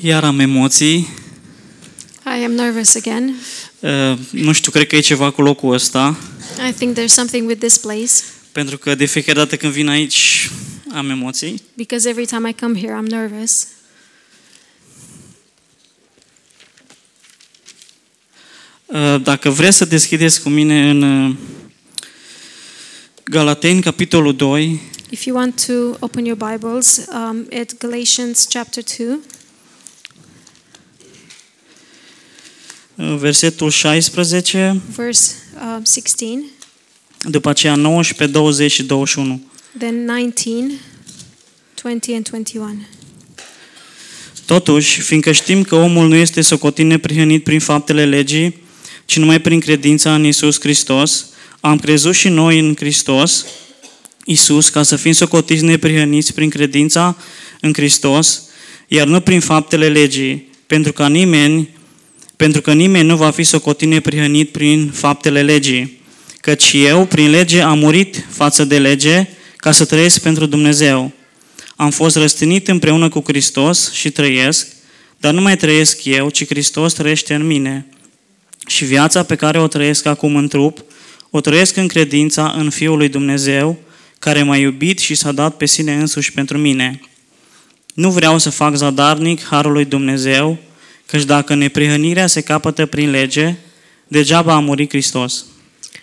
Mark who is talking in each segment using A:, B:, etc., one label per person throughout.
A: Iar am emoții.
B: I am nervous again.
A: Uh, Nu știu, cred că e ceva cu locul ăsta.
B: I think there's something with this place
A: Pentru că de fiecare dată când vin aici am emoții.
B: because every time I come here, I'm nervous.
A: Uh, Dacă vreți să deschideți cu mine în uh, Galateni, capitolul 2,
B: If you want to open your Bibles um, at Galatians chapter 2,
A: uh, versetul 16,
B: verse uh, 16,
A: după aceea 19, 20 și 21.
B: then 19, 20, and 21.
A: Totuși, fiindcă știm că omul nu este socotit neprihănit prin faptele legii, ci numai prin credința în Isus Hristos, am crezut și noi în Hristos, Isus, ca să fim socotiți neprihăniți prin credința în Hristos, iar nu prin faptele legii, pentru că nimeni, pentru că nimeni nu va fi socotit neprihănit prin faptele legii, căci eu, prin lege, am murit față de lege ca să trăiesc pentru Dumnezeu. Am fost răstinit împreună cu Hristos și trăiesc, dar nu mai trăiesc eu, ci Hristos trăiește în mine. Și viața pe care o trăiesc acum în trup, o trăiesc în credința în Fiul lui Dumnezeu, care m-a iubit și s-a dat pe sine însuși pentru mine. Nu vreau să fac zadarnic harul lui Dumnezeu, căci dacă neprihănirea se capătă prin lege, degeaba a murit Hristos.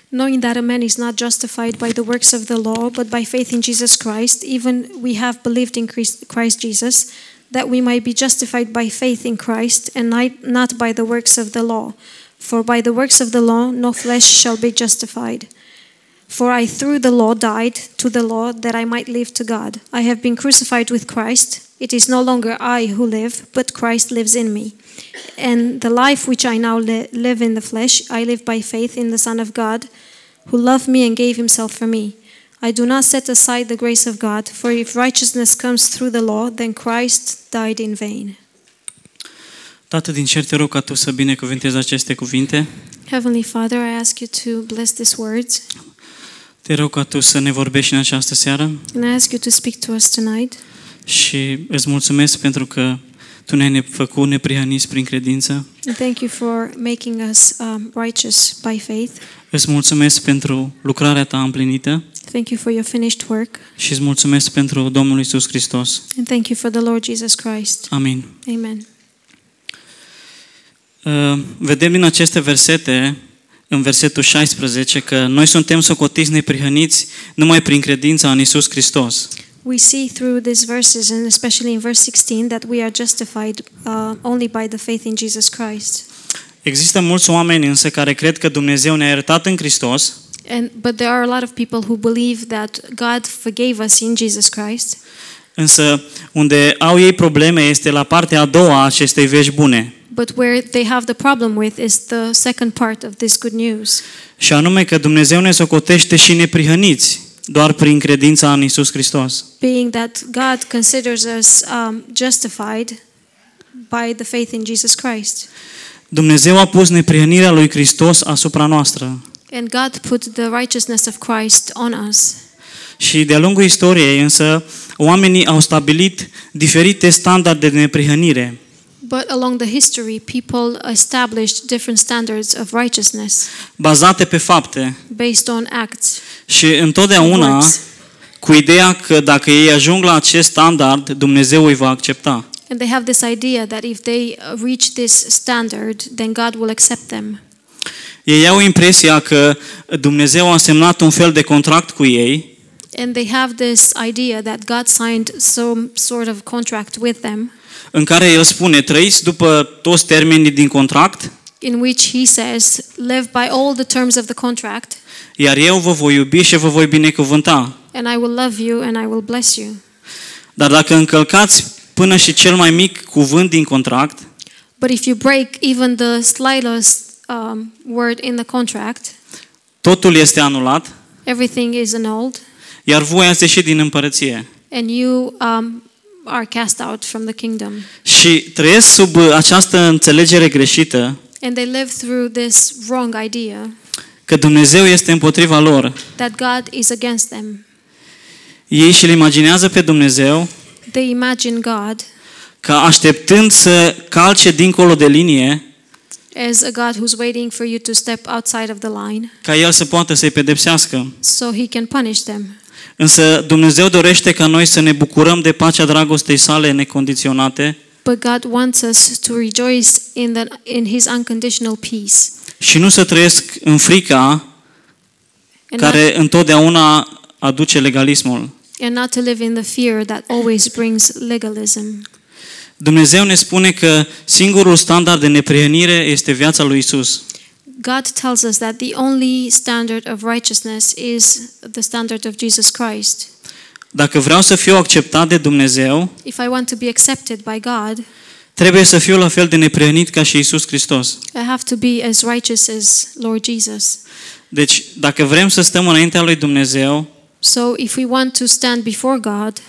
B: Knowing that a man is not justified by the works of the law, but by faith in Jesus Christ, even we have believed in Christ Christ Jesus, that we might be justified by faith in Christ and ni- not by the works of the law. For by the works of the law no flesh shall be justified. For I through the law died to the law that I might live to God. I have been crucified with Christ. It is no longer I who live, but Christ lives in me. And the life which I now li- live in the flesh, I live by faith in the Son of God, who loved me and gave himself for me. I do not set aside the grace of God, for if righteousness comes through the law, then Christ died in vain.
A: Tată din cer, te rog ca Tu să binecuvântezi aceste cuvinte.
B: Heavenly Father, I ask you to bless these words,
A: Te rog ca Tu să ne vorbești în această seară.
B: and I ask you to speak to us tonight.
A: Și îți mulțumesc pentru că Tu ne-ai făcut neprihăniți prin credință.
B: And thank you for making us um, righteous by faith.
A: Îți mulțumesc pentru lucrarea Ta împlinită
B: Thank you for your finished work,
A: și îți mulțumesc pentru Domnul Isus Hristos.
B: and thank you for the Lord Jesus Christ.
A: Amin.
B: Amen.
A: Uh, Vedem din aceste versete, în versetul 16, că noi suntem socotiți neprihăniți numai prin credința în Isus Hristos.
B: We see through these verses, and especially in verse 16, that we are justified uh, only by the faith in Jesus Christ.
A: Există mulți oameni însă care cred că Dumnezeu ne-a iertat în Hristos,
B: And but there are a lot of people who believe that God forgave us in Jesus Christ,
A: însă unde au ei probleme este la partea a doua a acestei vești bune.
B: but where they have the problem with is the second part of this good news,
A: Și anume că Dumnezeu ne socotește și neprihăniți doar prin credința în Isus Hristos.
B: being that God considers us um, justified by the faith in Jesus Christ.
A: Dumnezeu a pus neprihănirea lui Hristos asupra noastră.
B: And God put the righteousness of Christ on us.
A: Și de-a lungul istoriei, însă, oamenii au stabilit diferite standarde de neprihănire.
B: But along the history, people established different standards of righteousness
A: bazate pe fapte
B: based on acts.
A: și întotdeauna
B: Works.
A: cu ideea că dacă ei ajung la acest standard, Dumnezeu îi va accepta.
B: And they have this idea that if they uh, reach this standard, then God will accept them.
A: Ei au impresia că Dumnezeu a semnat un fel de contract cu ei
B: And they have this idea that God signed some sort of contract with them
A: în care El spune, trăiți după toți termenii din contract,
B: in which He says, Live by all the terms of the contract,
A: iar eu vă voi iubi și vă voi binecuvânta.
B: and I will love you and I will bless you.
A: Dar dacă încălcați până și cel mai mic cuvânt din contract,
B: But if you break even the slightest um, word in the contract,
A: totul este anulat,
B: everything is annulled,
A: iar voi ați ieșit din împărăție.
B: and you um, are cast out from the kingdom.
A: Și trăiesc sub uh, această înțelegere greșită
B: And they live through this wrong idea
A: că Dumnezeu este împotriva lor.
B: that God is against them.
A: Ei și-L imaginează pe Dumnezeu
B: They imagine God
A: ca așteptând să calce dincolo de linie,
B: as a God who's waiting for you to step outside of the line
A: ca El să poată să-i pedepsească.
B: so he can punish them.
A: Însă Dumnezeu dorește ca noi să ne bucurăm de pacea dragostei sale necondiționate
B: But God wants us to rejoice in, the, in his unconditional peace
A: și nu să trăiesc în frica
B: and not,
A: care întotdeauna aduce legalismul.
B: and not to live in the fear that always brings legalism.
A: Dumnezeu ne spune că singurul standard de neprihănire este viața lui Isus.
B: God tells us that the only standard of righteousness is the standard of Jesus Christ.
A: Dacă vreau să fiu acceptat de Dumnezeu,
B: If I want to be accepted by God,
A: trebuie să fiu la fel de neprihănit ca și Isus Hristos.
B: I have to be as righteous as Lord Jesus.
A: Deci, dacă vrem să stăm înaintea lui Dumnezeu,
B: So if we want to stand before God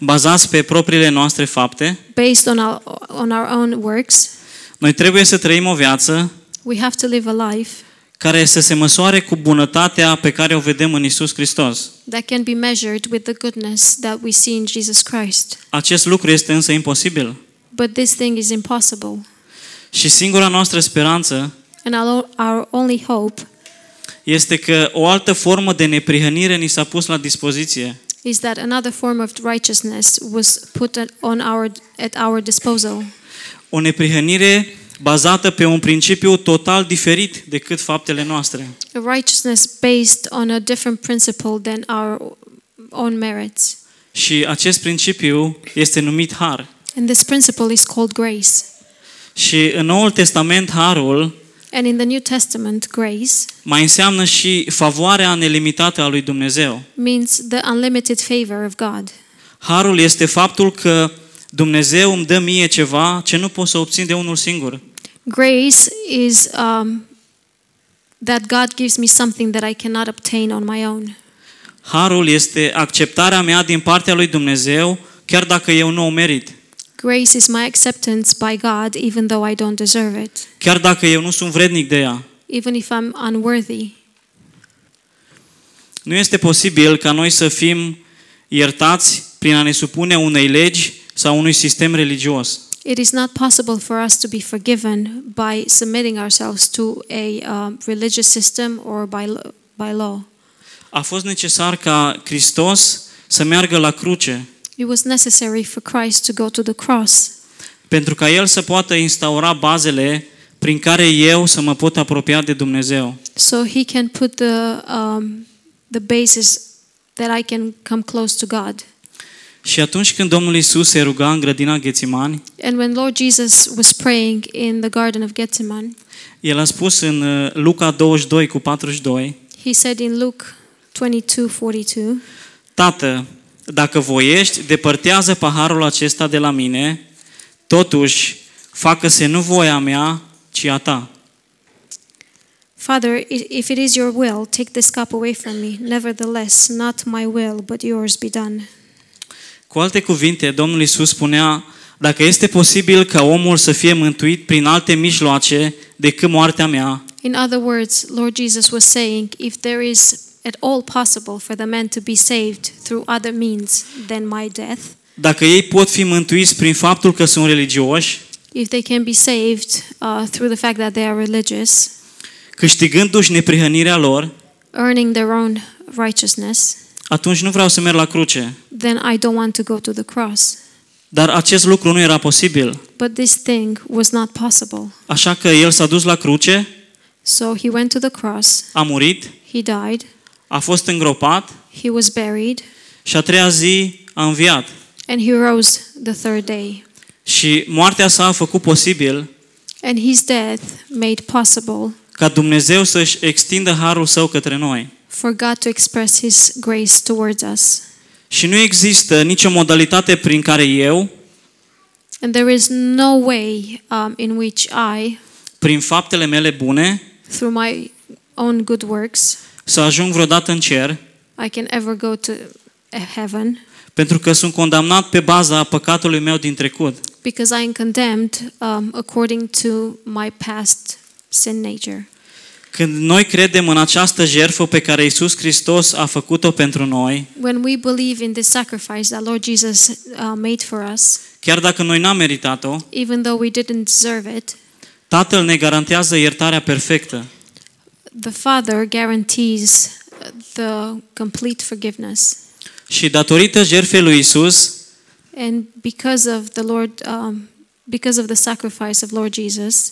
A: bazați pe propriile noastre fapte,
B: based on our, on our own works,
A: noi trebuie să trăim o viață
B: we have to live a life
A: care să se măsoare cu bunătatea pe care o vedem în Isus Hristos.
B: that can be measured with the goodness that we see in Jesus Christ.
A: Acest lucru este însă imposibil.
B: But this thing is impossible.
A: Și singura noastră speranță
B: And our, our only hope
A: este că o altă formă de neprihănire ni s-a pus la dispoziție.
B: is that another form of righteousness was put at- on our, at our disposal.
A: O neprihănire bazată pe un principiu total diferit decât faptele noastre.
B: A righteousness based on a different principle than our own merits.
A: Și acest principiu este numit har.
B: And this principle is called grace.
A: Și în Noul Testament, harul
B: And in the New Testament, grace
A: mai înseamnă și favoarea nelimitată a lui Dumnezeu.
B: means the unlimited favor of God.
A: Harul este faptul că Dumnezeu îmi dă mie ceva ce nu pot să obțin de unul singur.
B: Grace is um, that God gives me something that I cannot obtain on my own.
A: Harul este acceptarea mea din partea lui Dumnezeu, chiar dacă eu nu o merit,
B: Grace is my acceptance by God, even though I don't deserve it,
A: chiar dacă eu nu sunt vrednic de ea.
B: even if I'm unworthy.
A: Nu este posibil ca noi să fim iertați prin a ne supune unei legi sau unui sistem religios.
B: It is not possible for us to be forgiven by submitting ourselves to a um, religious system or by, lo- by law.
A: A fost necesar ca Hristos să meargă la cruce
B: It was necessary for Christ to go to the cross
A: pentru ca El să poată instaura bazele prin care eu să mă pot apropia de Dumnezeu.
B: so he can put the, um, the basis that I can come close to God.
A: Și atunci când Domnul Isus se ruga în grădina Ghețimani,
B: And when Lord Jesus was praying in the Garden of Gethsemane,
A: El a spus în uh, Luca 22 cu 42,
B: he said in Luke 22 42,
A: Tată, dacă voiești, depărtează paharul acesta de la mine, totuși, facă-se nu voia mea, ci a ta.
B: Father, i- if it is your will, take this cup away from me. Nevertheless, not my will, but yours be done.
A: Cu alte cuvinte, Domnul Isus spunea, dacă este posibil ca omul să fie mântuit prin alte mijloace decât moartea mea,
B: In other words, Lord Jesus was saying, if there is at all possible for the man to be saved through other means than my death,
A: dacă ei pot fi mântuiți prin faptul că sunt religioși,
B: if they can be saved uh, through the fact that they are religious,
A: câștigându-și neprihănirea lor,
B: earning their own righteousness,
A: atunci nu vreau să merg la cruce.
B: then I don't want to go to the cross.
A: Dar acest lucru nu era posibil.
B: But this thing was not possible.
A: Așa că el s-a dus la cruce,
B: So he went to the cross,
A: a murit,
B: he died,
A: a fost îngropat
B: he was buried,
A: și a treia zi a înviat.
B: and he rose the third day.
A: Și moartea sa a făcut posibil
B: And his death made possible
A: ca Dumnezeu să-și extindă harul său către noi.
B: for God to express his grace towards us.
A: Și nu există nicio modalitate prin care eu,
B: And there is no way um, in which I,
A: prin faptele mele bune,
B: through my own good works,
A: să ajung vreodată în cer,
B: I can ever go to uh, heaven
A: pentru că sunt condamnat pe baza păcatului meu din trecut.
B: because I am condemned um, according to my past sin nature.
A: Când noi credem în această jertfă pe care Isus Hristos a făcut-o pentru noi,
B: When we believe in this sacrifice that Lord Jesus uh, made for us,
A: chiar dacă noi n-am meritat-o,
B: even though we didn't deserve it,
A: Tatăl ne garantează iertarea perfectă.
B: the Father guarantees uh, the complete forgiveness.
A: Și datorită jertfei lui Isus,
B: And because of the Lord, um, because of the sacrifice of Lord Jesus,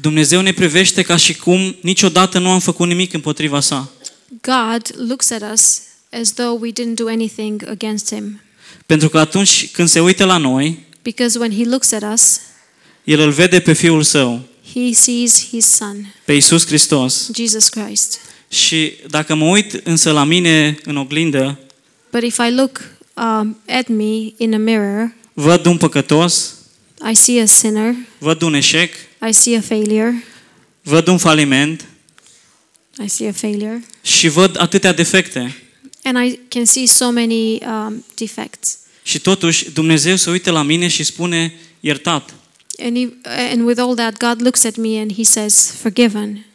A: Dumnezeu ne privește ca și cum niciodată nu am făcut nimic împotriva sa.
B: God looks at us as though we didn't do anything against Him.
A: Pentru că atunci când se uită la noi,
B: Because when He looks at us,
A: El îl vede pe Fiul Său,
B: He sees His Son,
A: pe Isus Hristos.
B: Jesus Christ.
A: Și dacă mă uit însă la mine în oglindă,
B: But if I look um, at me in a mirror,
A: văd un păcătos,
B: I see a sinner,
A: văd un eșec,
B: I see a failure,
A: văd un faliment
B: I see a failure,
A: și văd atâtea defecte.
B: and I can see so many um, defects.
A: Și totuși Dumnezeu se uită la mine și spune iertat.
B: And, he, and with all that, God looks at me and He says, Forgiven.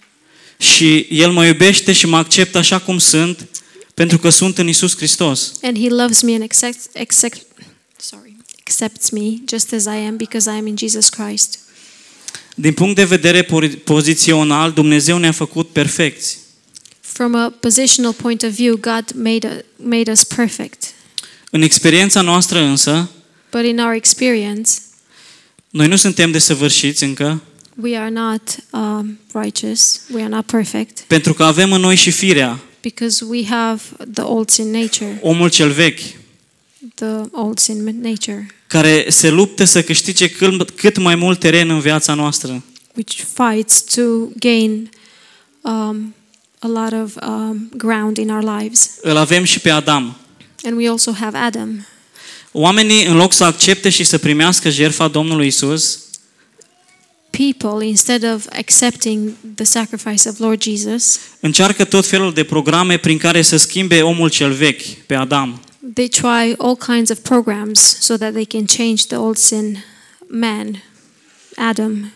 A: Și El mă iubește și mă acceptă așa cum sunt, pentru că sunt în Isus Hristos.
B: And He loves me and accepts, accept, sorry, accepts me just as I am because I am in Jesus Christ.
A: Din punct de vedere pori- pozițional, Dumnezeu ne-a făcut perfecți.
B: From a positional point of view, God made, a, made us perfect.
A: În experiența noastră însă,
B: But in our experience,
A: noi nu suntem desăvârșiți încă,
B: we are not um, righteous, we are not perfect.
A: pentru că avem în noi și firea,
B: Because we have the old sin nature,
A: omul cel vechi,
B: the old sin ma- nature,
A: care se luptă să câștige câl- cât mai mult teren în viața noastră.
B: which fights to gain um, a lot of um, ground in our lives.
A: Îl avem și pe Adam.
B: And we also have Adam.
A: Oamenii, în loc să accepte și să primească jertfa Domnului Isus,
B: People, instead of accepting the sacrifice of Lord Jesus,
A: încearcă tot felul de programe prin care să schimbe omul cel vechi, pe Adam.
B: they try all kinds of programs so that they can change the old sin man, Adam.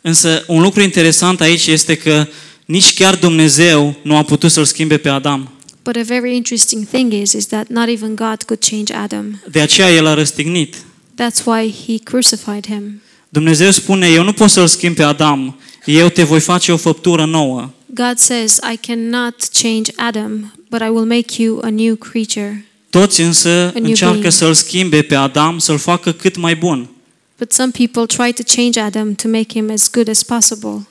A: Însă, un lucru interesant aici este că nici chiar Dumnezeu nu a putut să-l schimbe pe Adam.
B: But a very interesting thing is, is that not even God could change Adam.
A: De aceea el a răstignit.
B: That's why he crucified him.
A: Dumnezeu spune, eu nu pot să-l schimb pe Adam, eu te voi face o făptură nouă.
B: God says, I cannot change Adam, but I will make you a new creature.
A: Toți însă
B: În
A: încearcă
B: iubire.
A: să-l schimbe pe Adam, să-l facă cât mai bun.
B: But some people try to change Adam to make him as good as possible.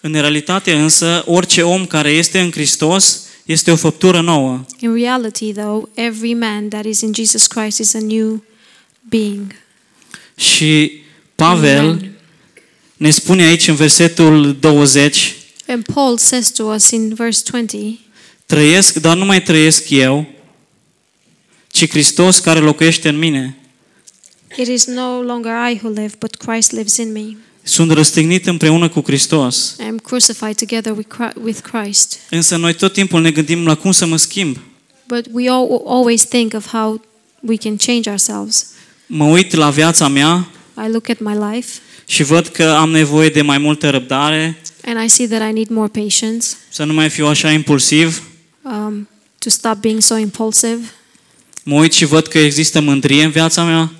A: În realitate însă, orice om care este în Hristos este o făptură nouă.
B: In reality, though, every man that is in Jesus Christ is a new being.
A: Și Pavel
B: Amen.
A: ne spune aici în versetul 20,
B: And Paul says to us in verse 20,
A: trăiesc, dar nu mai trăiesc eu, ci Hristos care locuiește în mine.
B: It is no longer I who live, but Christ lives in me.
A: Sunt răstignit împreună cu Hristos.
B: I am crucified together with Chri- with Christ.
A: Însă noi tot timpul ne gândim la cum să mă schimb.
B: But we all, always think of how we can change ourselves.
A: Mă uit la viața mea
B: I look at my life
A: și văd că am nevoie de mai multă răbdare,
B: and I see that I need more patience.
A: să nu mai fiu așa impulsiv.
B: um, to stop being so impulsive.
A: Mă uit și văd că există mândrie în viața mea.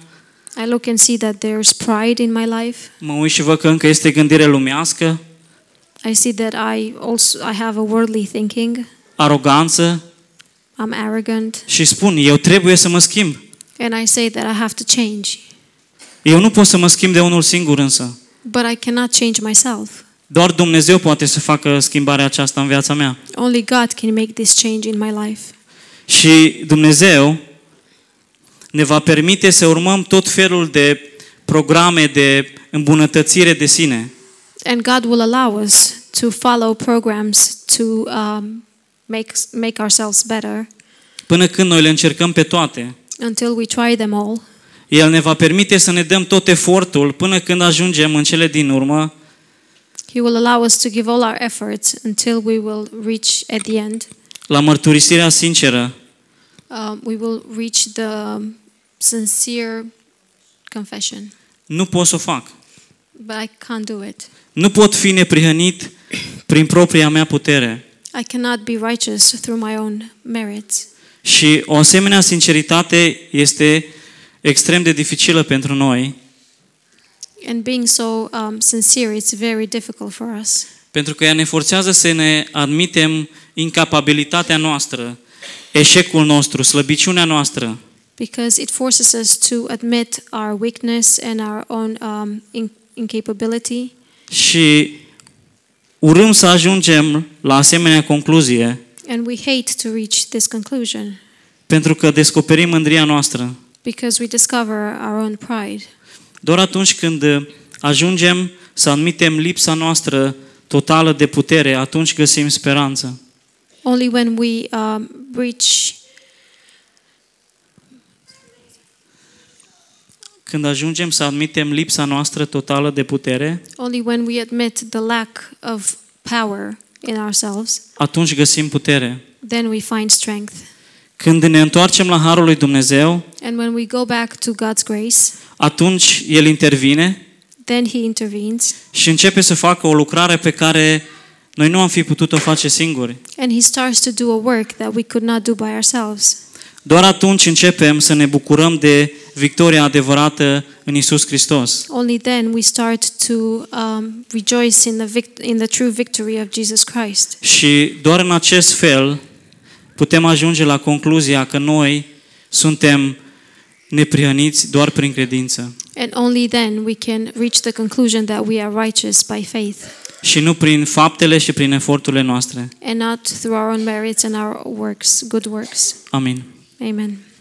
B: I look and see that there's pride in my life.
A: Mă uit și văd că încă este gândire lumească,
B: I see that I also I have a worldly thinking.
A: aroganță
B: I'm arrogant,
A: și spun, eu trebuie să mă schimb.
B: and I say that I have to change.
A: Eu nu pot să mă schimb de unul singur însă.
B: But I cannot change myself.
A: Doar Dumnezeu poate să facă schimbarea aceasta în viața mea.
B: Only God can make this change in my life.
A: Și Dumnezeu ne va permite să urmăm tot felul de programe de îmbunătățire de sine.
B: And God will allow us to follow programs to um, make make ourselves better
A: Până când noi le încercăm pe toate,
B: until we try them all.
A: El ne va permite să ne dăm tot efortul până când ajungem în cele din urmă
B: He will allow us to give all our efforts until we will reach at the end
A: la mărturisirea sinceră,
B: um, we will reach the um, sincere confession.
A: nu pot să o fac.
B: But I can't do it.
A: Nu pot fi neprihănit prin propria mea putere.
B: I cannot be righteous through my own merits.
A: Și o asemenea sinceritate este extrem de dificilă pentru noi,
B: And being so um, sincere, it's very difficult for us
A: pentru că ea ne forțează să ne admitem incapabilitatea noastră, eșecul nostru, slăbiciunea noastră.
B: because it forces us to admit our weakness and our own um, in- incapability.
A: Și urâm să ajungem la asemenea concluzie,
B: And we hate to reach this conclusion
A: pentru că descoperim mândria noastră.
B: because we discover our own pride.
A: Doar atunci când ajungem să admitem lipsa noastră totală de putere, atunci găsim speranță.
B: Only when we um, reach,
A: Când ajungem să admitem lipsa noastră totală de putere,
B: only when we admit the lack of power in ourselves,
A: atunci găsim putere.
B: then we find strength.
A: Când ne întoarcem la harul lui Dumnezeu,
B: And when we go back to God's grace,
A: atunci El intervine
B: then He intervenes
A: și începe să facă o lucrare pe care noi nu am fi putut-o face singuri.
B: and He starts to do a work that we could not do by ourselves.
A: Doar atunci începem să ne bucurăm de victoria adevărată în Isus Hristos.
B: Only then we start to um, rejoice in the, vict- in the true victory of Jesus Christ.
A: Și doar în acest fel putem ajunge la concluzia că noi suntem neprihăniți doar prin credință
B: And only then we can reach the conclusion that we are righteous by faith
A: și nu prin faptele și prin eforturile noastre.
B: and not through our own merits and our works, good works.
A: Amin.
B: Amen.